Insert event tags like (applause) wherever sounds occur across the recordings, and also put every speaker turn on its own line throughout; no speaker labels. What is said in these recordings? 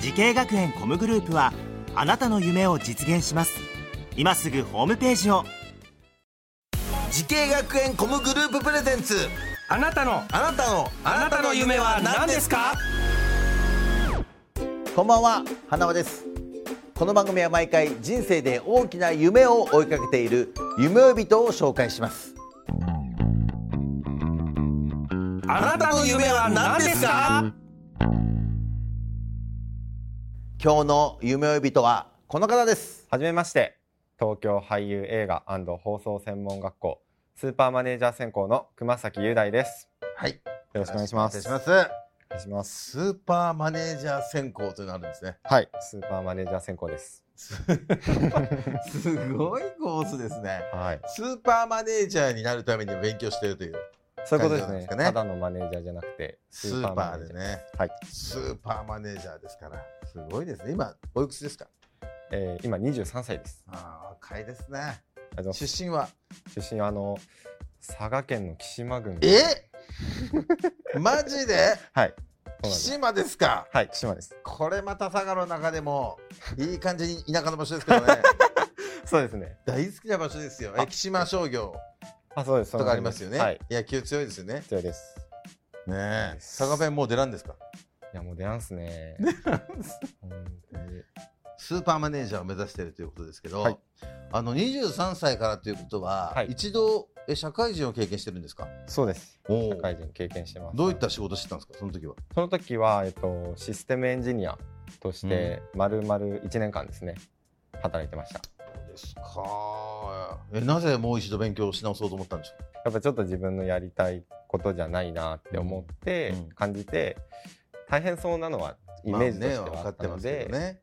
時系学園コムグループはあなたの夢を実現します今すぐホームページを
時系学園コムグループプレゼンツ
あなたの
あなたの
あなたの夢は何ですか
こんばんは花輪ですこの番組は毎回人生で大きな夢を追いかけている夢追い人を紹介します
あなたの夢は何ですか
今日の夢追い人はこの方です
はじめまして東京俳優映画放送専門学校スーパーマネージャー専攻の熊崎雄大です
はいよ
よろしくお願いします
お願い
お
します
願いします
スーパーマネージャー専攻というのがあるんですね
はいスーパーマネージャー専攻です
すごいコースですね
はい
スーパーマネージャーになるために勉強してるという
そういうことで
感じ
す
なん
ね
ですかね
ただのマネージャーじゃなくて
スーパーで
マネジャ
ね
はい、
スーパーマネージャーですからすごいですね今おいくつですか
えー、今23歳です
ああ若いですね
あの出
出身は
身はあの佐賀県の岸間郡
え (laughs) マジで
はいそうなんです
岸間ですか
はい岸間です
これまた佐賀の中でもいい感じに田舎の場所ですけどね
そうですね
大好きな場所ですよえ
あ
岸間商業
あそうです
とかありますよね、
はい
野球強いですよね
必要です
ねえ佐賀弁もう出らんですか
いやもう出らんっすね本当に
スーパーマネージャーを目指しているということですけど、
はい
あの23歳からということは、
はい
一度え社会人を経験してるんですか
そうです
おお
社会人経験してます
どういった仕事してたんですかその時は
その時は、えっと、システムエンジニアとして、まるまる1年間ですね、働いてました。
ですかえなぜもう一度勉強し直そうと思ったんでしょう
やっぱちょっと自分のやりたいことじゃないなって思って
うんうん、
感じて、大変そうなのはイメージとしてはあったので、
まあね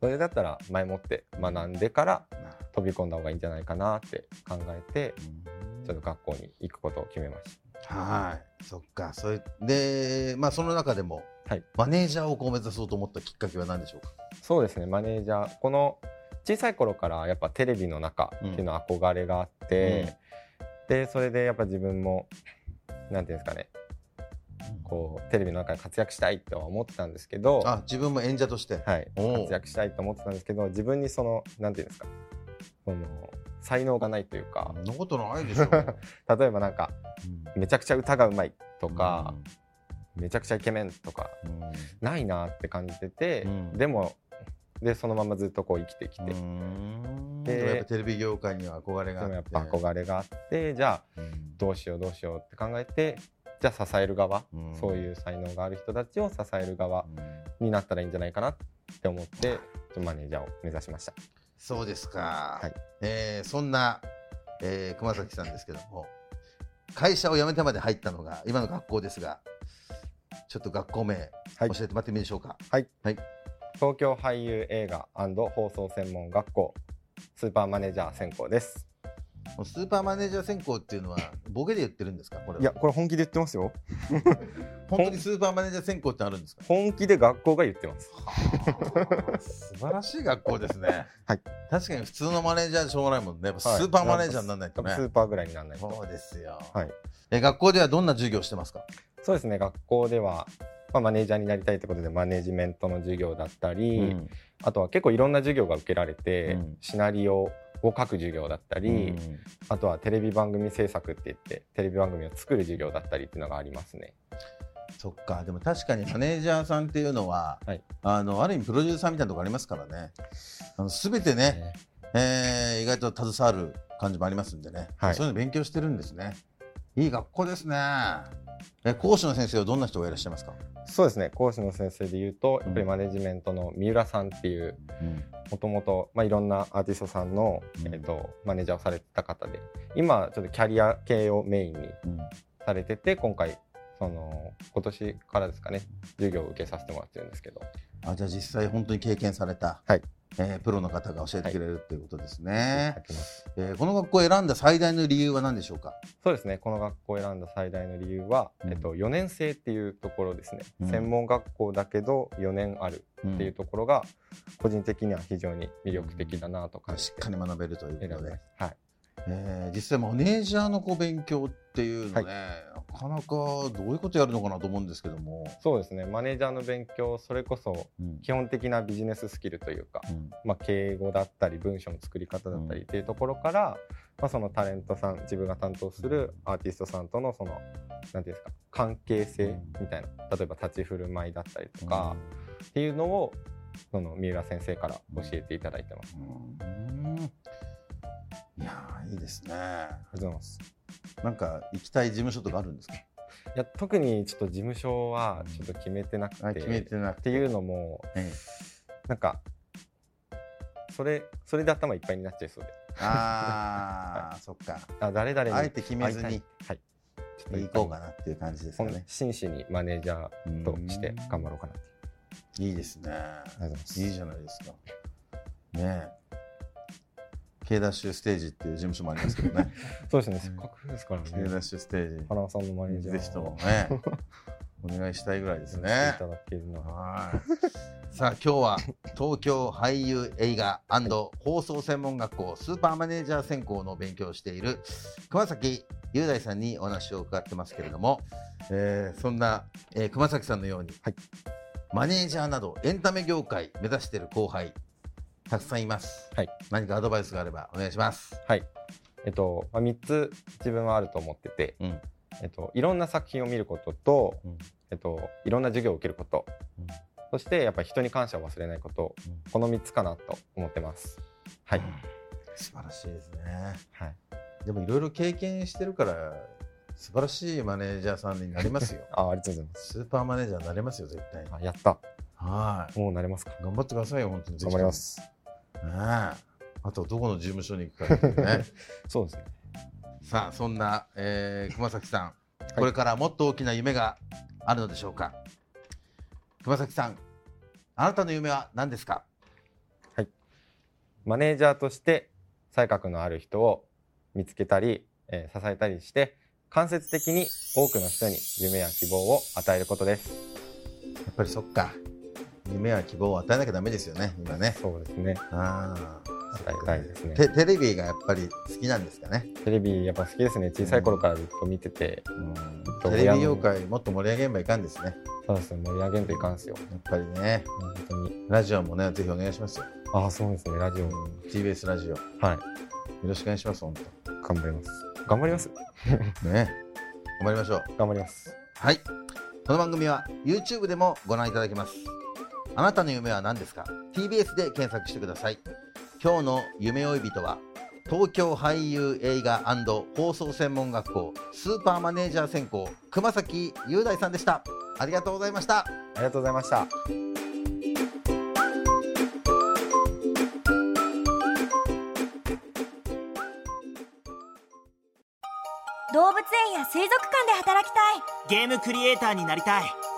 それだったら前もって学んでから
分かってます
飛び込んだ方がいいんじゃないかなって考えて、
けどね
ちょっと学校に行くことを決めまし
はいそっかそれでまあその中でも、
はい
マネージャーをこう目指そうと思ったきっかけは何でしょうか
た。そうですね、マネージャー、この小さい頃からやっぱテレビの中っていうのは憧れがあって、でそれでやっぱ自分もなんていうんですかねこうテレビの中で活躍したいとは思ってたんですけど、は
あ自分も演者として、
い、
おう
活躍したいと思ってたんですけど自分にそのなんていうんですかその才能がないというか
そんなことない
(laughs)
でしょ、
例えばなんかめちゃくちゃ歌がうまいとか、めちゃくちゃイケメンとか
うん、うん
ないなって感じてて、
うん
でもでそのままずっとこう生きてきて、
う
で
ん
で
でもやっぱテレビ業界には憧れがあって
もやっぱ憧れがあってじゃ
う
あ
ん
どうしようどうしようって考えてじゃあ支える側、
うん
そういう才能がある人たちを支える側
うん
になったらいいんじゃないかなって思ってマネージャーを目指しました
そうですか、
はい
えーそんな、えー熊崎さんですけども会社を辞めてまで入ったのが今の学校ですがちょっと学校名
は
教え
い
てもらってみましょうか、
東京俳優映画放送専門学校スーパーマネージャー専攻です
もうスーパーマネージャー専攻っていうのはボケで言ってるんですかこれはい
やこれ本気で言ってますよ
本当にスーパーマネージャー専攻ってあるんですか
本気で学校が言ってます
素晴らしい学校ですね、
はい、
確かに普通のマネージャーしょうがないもんねやっぱスーパーマネージャーにならないとね、
スーパーぐらいにならないと
そうですよ、
はい
え学校ではどんな授業をしてますか
そうですね学校では、まあ、マネージャーになりたいってことでマネジメントの授業だったり、
うん
あとは結構いろんな授業が受けられて、
うん
シナリオを書く授業だったり、あとはテレビ番組制作って言ってテレビ番組を作る授業だったりっていうのがありますね
そっかでも確かにマネージャーさんっていうのは、
はい
あのある意味プロデューサーみたいなところありますからねあの全てね、えー意外と携わる感じもありますんでね、
はい
そういうの勉強してるんですねいい学校ですねえ講師の先生はどんな人がいらっしゃいますか、
そうですね講師の先生で言うとやっぱ
う
り
ん
マネジメントの三浦さんっていうもともといろんなアーティストさんの、
うん
えっとマネージャーをされてた方で今ちょっとキャリア系をメインにされてて今回その今年からですかね授業を受けさせてもらってるんですけど
あじゃあ実際本当に経験された、
はい
えープロの方が教えてくれるっていうことですね、
やってます
えーこの学校を選んだ最大の理由は何でしょうか
そうですねこの学校を選んだ最大の理由は、
うん
えっと、4年生っていうところですね、
うん
専門学校だけど4年ある
っ
っていうところが個人的には非常に魅力的だなと感じ
してっかり学べるという
選
こと
びま
で、
したはい
えー実際マネージャーのこう勉強っていうのね、なかなかどういうことやるのかなと思うんですけども、
そうですねマネージャーの勉強それこそ
うん
基本的なビジネススキルというか、
うん
まあ、敬語だったり文章の作り方だったりっていうところから、まあ、そのタレントさん自分が担当するアーティストさんとのそのなんていうんですか関係性みたいな例えば立ち振る舞いだったりとか、っていうのをその三浦先生から教えていただいてます。
うんいやーいいですね
ありがとうございます
なんか行きたい事務所とかあるんですか
いや特にちょっと事務所はちょっと決めてなくて、
あ決めてな
っ
くて
ていうのも、
え
なんかそれそれで頭いっぱいになっちゃいそうで
あーそっ
(laughs)
か
あ誰々に
あえて決めず
会
に
いたいはいちょっと
行こうかなっていう感じですか
ほん
ね
真摯にマネージャーとして頑張ろうかなと
うんいいですね
ありがとうございます
いいじゃないですかねえ K ダッシュステージっていう事務所もありますけど
(laughs)
ね
そうですね
うん
せっかくですから
K ダッ
ね
シュステージ
花輪さんのマネージャー
ぜひともね、お願いしたいぐらいですね
い。ただけるのは
はい。さあ今日は東京俳優映画放送専門学校スーパーマネージャー専攻の勉強をしている熊崎雄大さんにお話を伺ってますけれども、えーそんな、えー熊崎さんのように、
はい
マネージャーなどエンタメ業界目指している後輩たくさんいます、
はい
何かアドバイスがあればお願いします、
はいえっと、まあ、3つ自分はあると思ってて、
うん
えっと、いろんな作品を見ることと、
うん
えっと、いろんな授業を受けること、
うん
そしてやっぱり人に感謝を忘れないこと、
うん
この3つかなと思ってますはい、
素晴らしいですね
はい、
でもいろいろ経験してるから素晴らしいマネージャーさんになりますよ
あありがとうございま
スーパーマネージャーになれますよ絶対に
すあやった
はい
もうなれますか
頑張ってくださいよ本当に
頑張ります
ぜひともねえあとどこの事務所に行くかです (laughs) ね
そうですね
さあそんな、えー熊崎さんこれからもっと大きな夢があるのでしょうか、熊崎さんあなたの夢は何ですか
マネージャーとして才覚のある人を見つけたり、えー支えたりして間接的に多くの人に夢や希望を与えることです
やっぱりそっか夢は希望を与えなきゃダメですよね今ね
そうですね
あ
与えたいですね
テテレビがやっぱり好きなんですかね、
テレビやっぱ好きですね小さい頃からずっと見てて、
テレビ業界もっと盛り上げんばいかんですね
そうですね盛り上げんといかんすよ
やっぱりね
本当に
ラジオもねぜひお願いしますよ
ああそうですねラジオも
TBS ラジオよ
はい
ろしくお願いします本
頑張ります頑張ります
当ね頑張りましょう
頑張ります
はいこの番組は YouTube でもご覧いただけますあなたの夢は何ですか TBS で検索してください今日の夢追い人は東京俳優映画放送専門学校スーパーマネージャー専攻熊崎雄大さんでしたありがとうございました
ありがとうございました
動物園や水族館で働きたい
ゲームクリエイターになりたい